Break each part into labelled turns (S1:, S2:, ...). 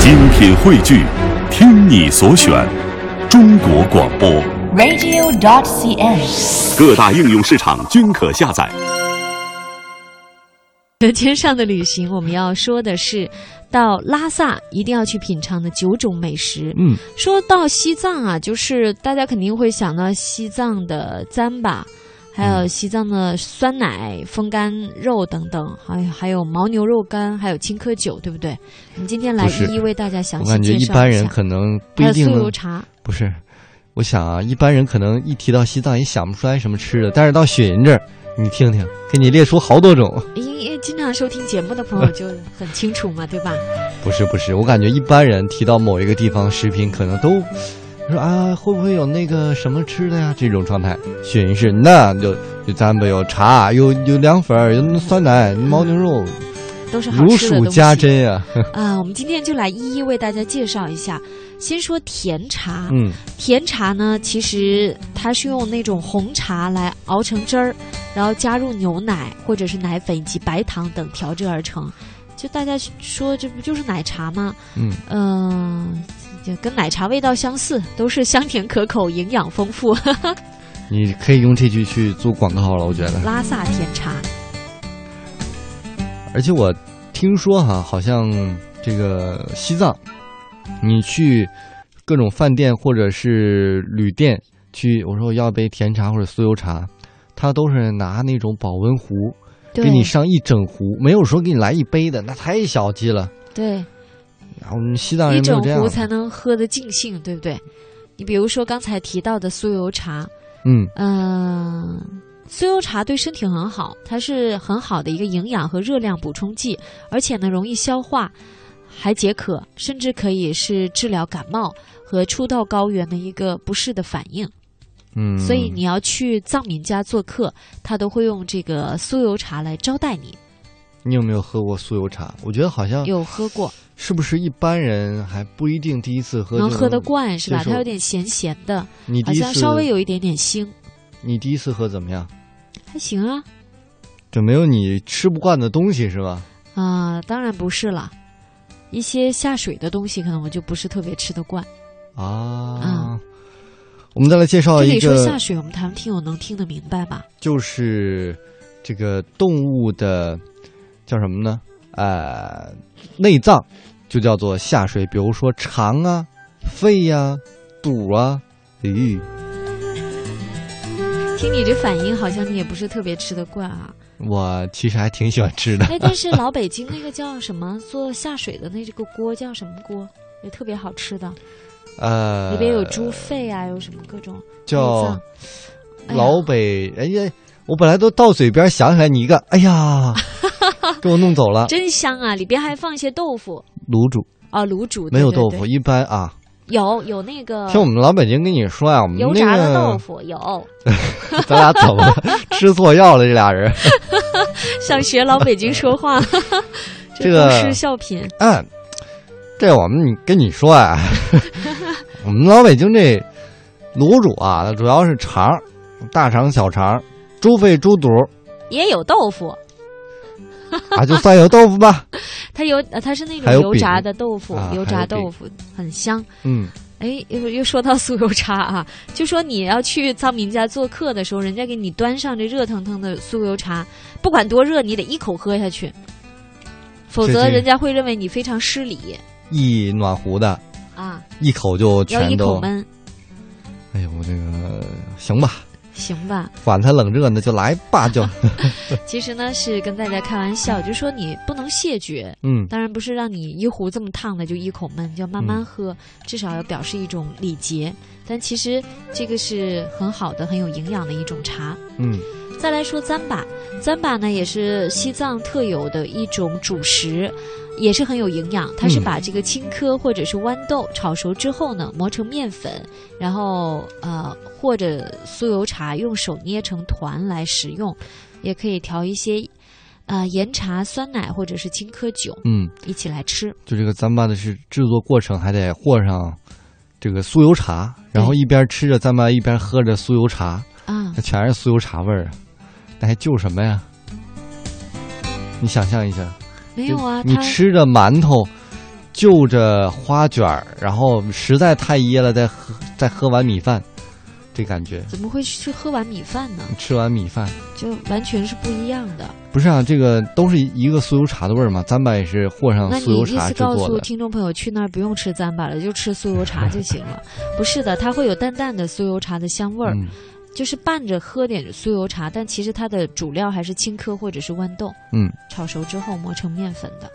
S1: 精品汇聚，听你所选，中国广播。
S2: radio.cn。
S1: 各大应用市场均可下载。
S3: 舌尖上的旅行，我们要说的是，到拉萨一定要去品尝的九种美食。
S4: 嗯，
S3: 说到西藏啊，就是大家肯定会想到西藏的糌粑，还
S4: 嗯
S3: 有西藏的酸奶、风干肉等等，还有还有牦牛肉干，还有青稞酒，对不对？我们今天来
S4: 不是
S3: 一一为大家详
S4: 我
S3: 细
S4: 感觉
S3: 介
S4: 一
S3: 绍
S4: 般
S3: 一
S4: 人
S3: 下。
S4: 可能不
S3: 还
S4: 一
S3: 有
S4: 定
S3: 酥油
S4: 能
S3: 茶，
S4: 不是。我想啊，一般人可能一提到西藏也想不出来什么吃的，但是到雪人这儿，你听听，给你列出好多种。
S3: 因因为经常收听节目的朋友就很清楚嘛，对吧？
S4: 不是不是，我感觉一般人提到某一个地方食品，可能都说啊，会不会有那个什么吃的呀？这种状态。雪人是那就就咱们有茶，有有凉粉儿，有酸奶，牦牛肉，
S3: 都嗯是好
S4: 如
S3: 吃的
S4: 数
S3: 东西。
S4: 家珍啊。
S3: 啊，我们今天就来一一为大家介绍一下。先说甜茶，
S4: 嗯，
S3: 甜茶呢，其实它是用那种红茶来熬成汁儿，然后加入牛奶或者是奶粉以及白糖等调制而成。就大家说这不就是奶茶吗？
S4: 嗯，
S3: 嗯、就跟奶茶味道相似，都是香甜可口，营养丰富。
S4: 你可以用这句去做广告了，我觉得。
S3: 拉萨甜茶，
S4: 而且我听说哈、好像这个西藏，你去各种饭店或者是旅店去，我说我要杯甜茶或者酥油茶，他都是拿那种保温壶
S3: 对
S4: 给你上一整壶，没有说给你来一杯的，那太小气了。
S3: 对，
S4: 然后西藏
S3: 一
S4: 人没有
S3: 整
S4: 这样
S3: 壶，才能喝得尽兴，对不对？你比如说刚才提到的酥油茶，
S4: 嗯，
S3: 嗯，酥油茶对身体很好，它是很好的一个营养和热量补充剂，而且呢容易消化，还解渴，甚至可以是治疗感冒和初到高原的一个不适的反应。
S4: 嗯，
S3: 所以你要去藏民家做客，他都会用这个酥油茶来招待你。
S4: 你有没有喝过酥油茶？我觉得好像
S3: 有喝过，
S4: 是不是一般人还不一定第一次喝就
S3: 能喝得惯是吧？
S4: 接受
S3: 它有点咸咸的，
S4: 你
S3: 好
S4: 第一
S3: 像
S4: 次
S3: 稍微有一点点腥，
S4: 你第一次喝怎么样？
S3: 还行啊。
S4: 就没有你吃不惯的东西是吧？
S3: 啊、当然不是了，一些下水的东西可能我就不是特别吃得惯。
S4: 啊，
S3: 嗯
S4: 我们再来介绍
S3: 这
S4: 哦一
S3: 里说
S4: 个
S3: 下，水，我们台湾听友能听得明白吧？
S4: 就是这个动物的叫什么呢？呃，内脏就叫做下水，比如说肠啊、肺呀、肚啊。咦，
S3: 听你这反应，好像你也不是特别吃得惯 啊。
S4: 我其实还挺喜欢吃的。
S3: 哎，但是老北京那个叫什么做下水的那这个锅叫什么锅？也特别好吃的，
S4: 呃，
S3: 里边有猪肺啊，有什么各种内
S4: 叫
S3: 脏哎呀
S4: 老北，哎呀，我本来都到嘴边想起来你一个，哎 呀，给我弄走了。
S3: 真香啊！里边还放一些豆腐
S4: 卤煮
S3: 啊，卤煮
S4: 没有
S3: 对对
S4: 豆
S3: 对
S4: 腐，一般啊，
S3: 有有那个
S4: 听我们老北京跟你说啊，我们
S3: 油
S4: 那
S3: 炸的
S4: 个
S3: 豆腐 有。
S4: 咱俩怎么了吃错药了？这俩人，
S3: 想学老北京说 话，
S4: 这
S3: 都
S4: 个
S3: 市笑品。
S4: 嗯，这我们跟你说啊， 我们老北京这卤煮啊，它主要是肠儿，大肠、小肠儿、猪肺、猪肚儿
S3: 也有豆腐，
S4: 啊，就算有豆腐 吧。
S3: 它有呃它是那种
S4: 还有
S3: 油
S4: 饼
S3: 炸的豆腐，
S4: 啊
S3: 油
S4: 还
S3: 炸
S4: 有饼
S3: 豆腐很香。
S4: 嗯，
S3: 哎，又又说到酥油茶啊， 就说你要去藏民家做客的时候，人家给你端上这热腾腾的酥油茶，不管多热，你得一口喝下去，否
S4: 这
S3: 则
S4: 这
S3: 人家会认为你非常失礼
S4: 一暖壶的，
S3: 啊，
S4: 一口就
S3: 要一
S4: 全
S3: 口
S4: 都。
S3: 闷，
S4: 哎呦，这个行吧，
S3: 行吧？
S4: 管它冷热呢，就来吧， 就
S3: 其实呢是跟大家开玩笑，就说你不能谢绝，
S4: 嗯。
S3: 当然不是让你一壶这么烫的就一口闷，就要慢慢喝，至少要表示一种礼节。但其实这个是很好的、很有营养的一种茶。
S4: 嗯，
S3: 再来说糌粑，糌粑呢也是西藏特有的一种主食，也是很有营养。它是
S4: 嗯
S3: 把这个青稞或者是豌豆炒熟之后呢，磨成面粉，然后呃或者酥油茶用手捏成团来食用，也可以调一些呃盐茶、酸奶或者是青稞酒
S4: 嗯，
S3: 一起来吃。
S4: 就这个糌粑的是制作过程，还得和上这个酥油茶，然后
S3: 对
S4: 一边吃着糌粑一边喝着酥油茶，
S3: 啊
S4: 那，全是酥油茶味儿啊，那还救什么呀？你想象一下，
S3: 没有啊，
S4: 你
S3: 它
S4: 吃着馒头，就着花卷儿，然后实在太噎了，再喝再喝碗米饭，这感觉
S3: 怎么会去喝碗米饭呢？
S4: 吃完米饭。
S3: 就完全是不一样 的。
S4: 不是啊，这个都是一个酥油茶的味儿嘛。糌粑也是和上
S3: 那
S4: 哦酥
S3: 你
S4: 油
S3: 意
S4: 茶
S3: 思
S4: 制
S3: 告
S4: 作
S3: 诉
S4: 的。
S3: 听众朋友，去那儿不用吃糌粑了，就吃酥油 茶就行了？不是的，它会有淡淡的酥油茶的香味儿，
S4: 嗯
S3: 就是伴着喝点酥油茶，但其实它的主料还是青稞或者是豌豆，
S4: 嗯，
S3: 炒熟之后磨成面粉的。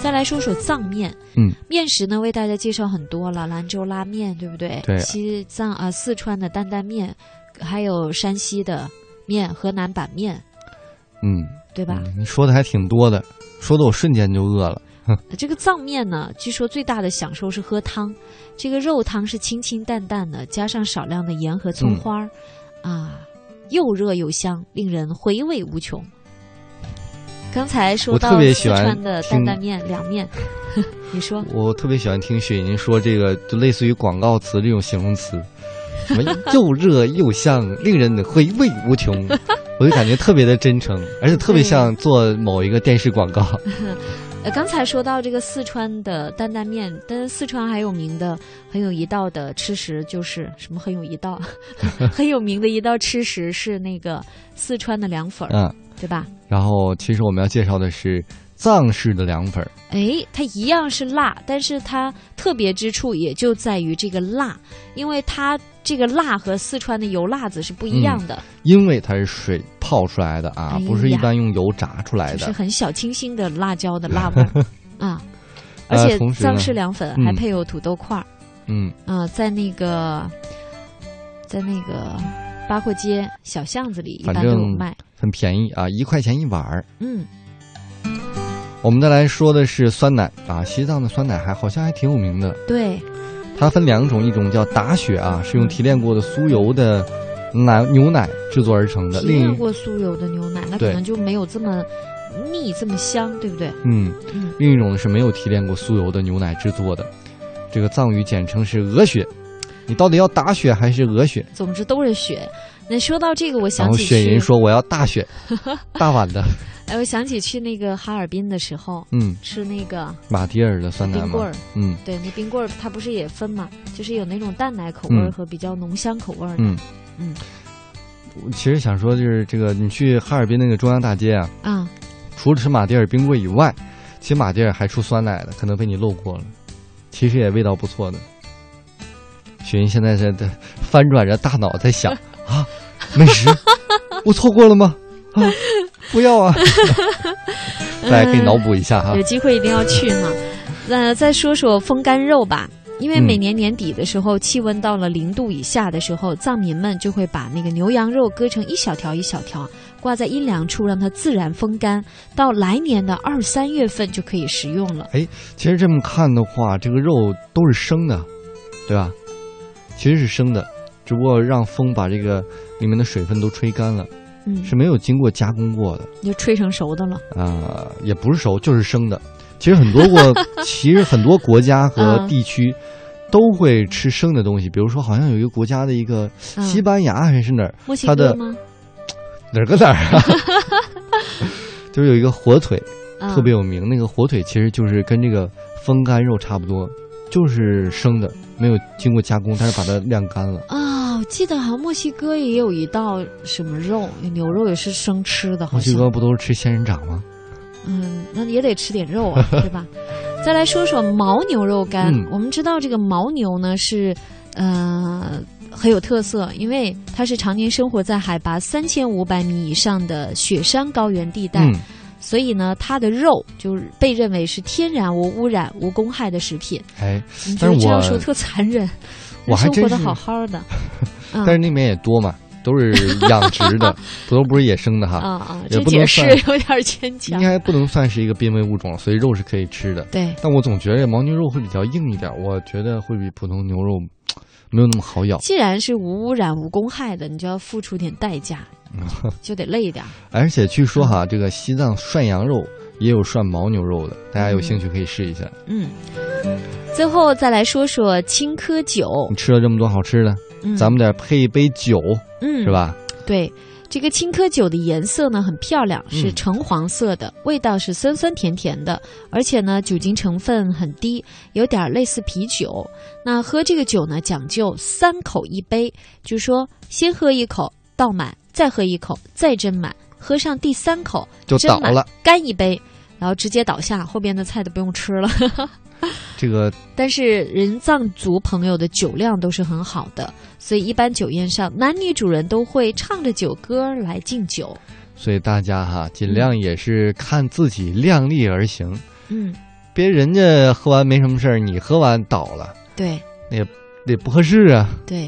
S3: 再来说说藏面，
S4: 嗯，
S3: 面食呢为大家介绍很多了，兰州拉面对不对？
S4: 对
S3: 西藏啊、四川的担担面，还有山西的面、河南板面，
S4: 嗯，
S3: 对吧？
S4: 嗯你说的还挺多的，说的我瞬间就饿了。
S3: 这个藏面呢，据说最大的享受是喝汤，这个肉汤是清清淡淡的，加上少量的盐和
S4: 嗯
S3: 葱花儿，啊，又热又香，令人回味无穷。刚才说
S4: 我
S3: 到
S4: 特别
S3: 四
S4: 喜欢
S3: 川的担
S4: 听
S3: 担面、凉面， 你说
S4: 我特别喜欢听雪莹说这个，就类似于广告词这种形容词，什么又热又香，令人回味无 穷。我就感觉特别的真诚，而且特别像
S3: 嗯
S4: 做某一个电视广告。
S3: 呃，刚才说到这个四川的担担面，但是四川还有名的很有一道的吃食就是什么很有一道 很有名的一道吃食是那个四川的凉粉儿，
S4: 嗯，
S3: 对吧？
S4: 然后其实我们要介绍的是藏式的凉粉儿。
S3: 哎，它一样是辣，但是它特别之处也就在于这个辣，因为它这个辣和四川的油辣子是不一样的，
S4: 因为它是水泡出来的啊，
S3: 哎呀
S4: 不是一般用油炸出来
S3: 就是
S4: 的。
S3: 很小清新的辣椒的 辣味儿啊。而
S4: 呃
S3: 且
S4: 同时呢
S3: 藏式凉粉还
S4: 嗯
S3: 配有土豆块儿
S4: 嗯，
S3: 啊、在那个在那个八廓街小巷子里一
S4: 反
S3: 般都有
S4: 正
S3: 卖。
S4: 很便宜啊，一块钱一碗儿。
S3: 嗯，
S4: 我们再来说的是酸奶啊，西藏的酸奶还好像还挺有名的。
S3: 对，
S4: 它分两种，一种叫达雪啊，是用提炼过的酥油的奶牛奶制作而成的；
S3: 体
S4: 另
S3: 验
S4: 一
S3: 过酥油的牛奶，那可
S4: 对
S3: 能就没有这么腻，这么香，对不对？
S4: 嗯
S3: 嗯，
S4: 另一种是没有提炼过酥油的牛奶制作的。这个藏语简称是鹅血，你到底要打雪还是鹅血？
S3: 总之都是雪。那说到这个，我
S4: 然
S3: 想
S4: 后
S3: 起
S4: 雪
S3: 去
S4: 银说我要 大雪，大碗的，
S3: 哎，我想起去那个哈尔滨的时候，
S4: 嗯，
S3: 吃那个
S4: 马迭尔的酸奶
S3: 冰棍
S4: 吗
S3: 儿？，
S4: 嗯。
S3: 对，那冰棍儿它不是也分嘛，就是有那种淡奶口味儿
S4: 嗯
S3: 和比较浓香口味儿的。
S4: 嗯
S3: 嗯
S4: 我其实想说，就是这个，你去哈尔滨那个中央大街啊，
S3: 啊，
S4: 除了吃马迭尔冰棍以外，其实马迭尔还出酸奶的，可能被你漏过了，其实也味道不错的。雪莹现在在在翻转着大脑在想 啊，美食，我错过了吗？啊，不要啊！大家可以脑补一下哈
S3: 有，机会一定要去哈。那再说说风干肉吧。因为
S4: 嗯
S3: 每年年底的时候，气温到了零度以下的时候，藏民们就会把那个牛羊肉割成一小条一小条，挂在阴凉处让它自然风干，到来年的二三月份就可以食用了。
S4: 其实这么看的话，这个肉都是生的，对吧？其实是生的，只不过让风把这个里面的水分都吹干了，
S3: 嗯，
S4: 是没有经过加工过的
S3: 就吹成熟的了。
S4: 啊、也不是熟，就是生的。其实很多 国，其实很多国家和
S3: 嗯
S4: 地区都会吃生的东西，比如说，好像有一个国家的一个
S3: 嗯
S4: 西班牙还是哪儿、
S3: 墨西
S4: 它
S3: 哥
S4: 的
S3: 吗？
S4: 哪儿个哪儿 啊， 就是有一个火腿，
S3: 啊
S4: 特别有名。那个火腿其实就是跟这个风干肉差不多，就是生的，没有经过加工，但是把它晾干了。
S3: 啊、我记得好像墨西哥也有一道什么肉，牛肉也是生吃的，好
S4: 墨西
S3: 像。
S4: 哥不都是吃仙人掌吗？
S3: 嗯，那也得吃点肉 啊，对吧？再来说说牦牛肉干，
S4: 嗯
S3: 我们知道这个牦牛呢是，呃，很有特色，因为它是常年生活在海拔三千五百米以上的雪山高原地带，
S4: 嗯，
S3: 所以呢，它的肉就是被认为是天然无污染、无公害的食品。
S4: 哎，
S3: 你觉
S4: 但
S3: 得
S4: 是
S3: 这样
S4: 我
S3: 说特残忍？
S4: 我还
S3: 生活
S4: 真
S3: 的
S4: 是
S3: 好好的，啊
S4: 但是那边也多嘛，都是养殖 的，不都不是野生的哈。
S3: 啊啊，
S4: 也
S3: 这
S4: 不
S3: 解
S4: 能
S3: 释
S4: 算
S3: 有点牵
S4: 应
S3: 强。
S4: 该不能算是一个濒危物种，所以肉是可以吃的。
S3: 对，
S4: 但我总觉得牦牛肉会比较硬一点，我觉得会比普通牛肉没有那么好咬。
S3: 既然是无污染、无公害的，你就要付出点代价，就得累一点儿。
S4: 而且据说
S3: 嗯
S4: 哈，这个西藏涮羊肉也有涮牦牛肉的，大家有
S3: 嗯
S4: 兴趣可以试一下。
S3: 嗯，最后再来说说青稞酒
S4: 你，吃了这么多好吃的，
S3: 嗯、
S4: 咱们得配一杯酒，
S3: 嗯
S4: 是吧？
S3: 对。这个青稞酒的颜色呢很漂亮，是
S4: 嗯
S3: 橙黄色的，味道是酸酸甜甜的，而且呢酒精成分很低，有点类似啤酒。那喝这个酒呢讲究三口一杯，就说先喝一口倒满，再喝一口再斟满，喝上第三口
S4: 就
S3: 斟
S4: 倒
S3: 满
S4: 了。
S3: 干一杯，然后直接倒下，后边的菜都不用吃了。
S4: 这个
S3: 但是人藏族朋友的酒量都是很好的，所以一般酒宴上男女主人都会唱着酒歌来敬酒。
S4: 所以大家哈，尽量也是看自己量力而行，
S3: 嗯，
S4: 别人家喝完没什么事儿，你喝完倒了，
S3: 对
S4: 那也不合适啊。
S3: 对，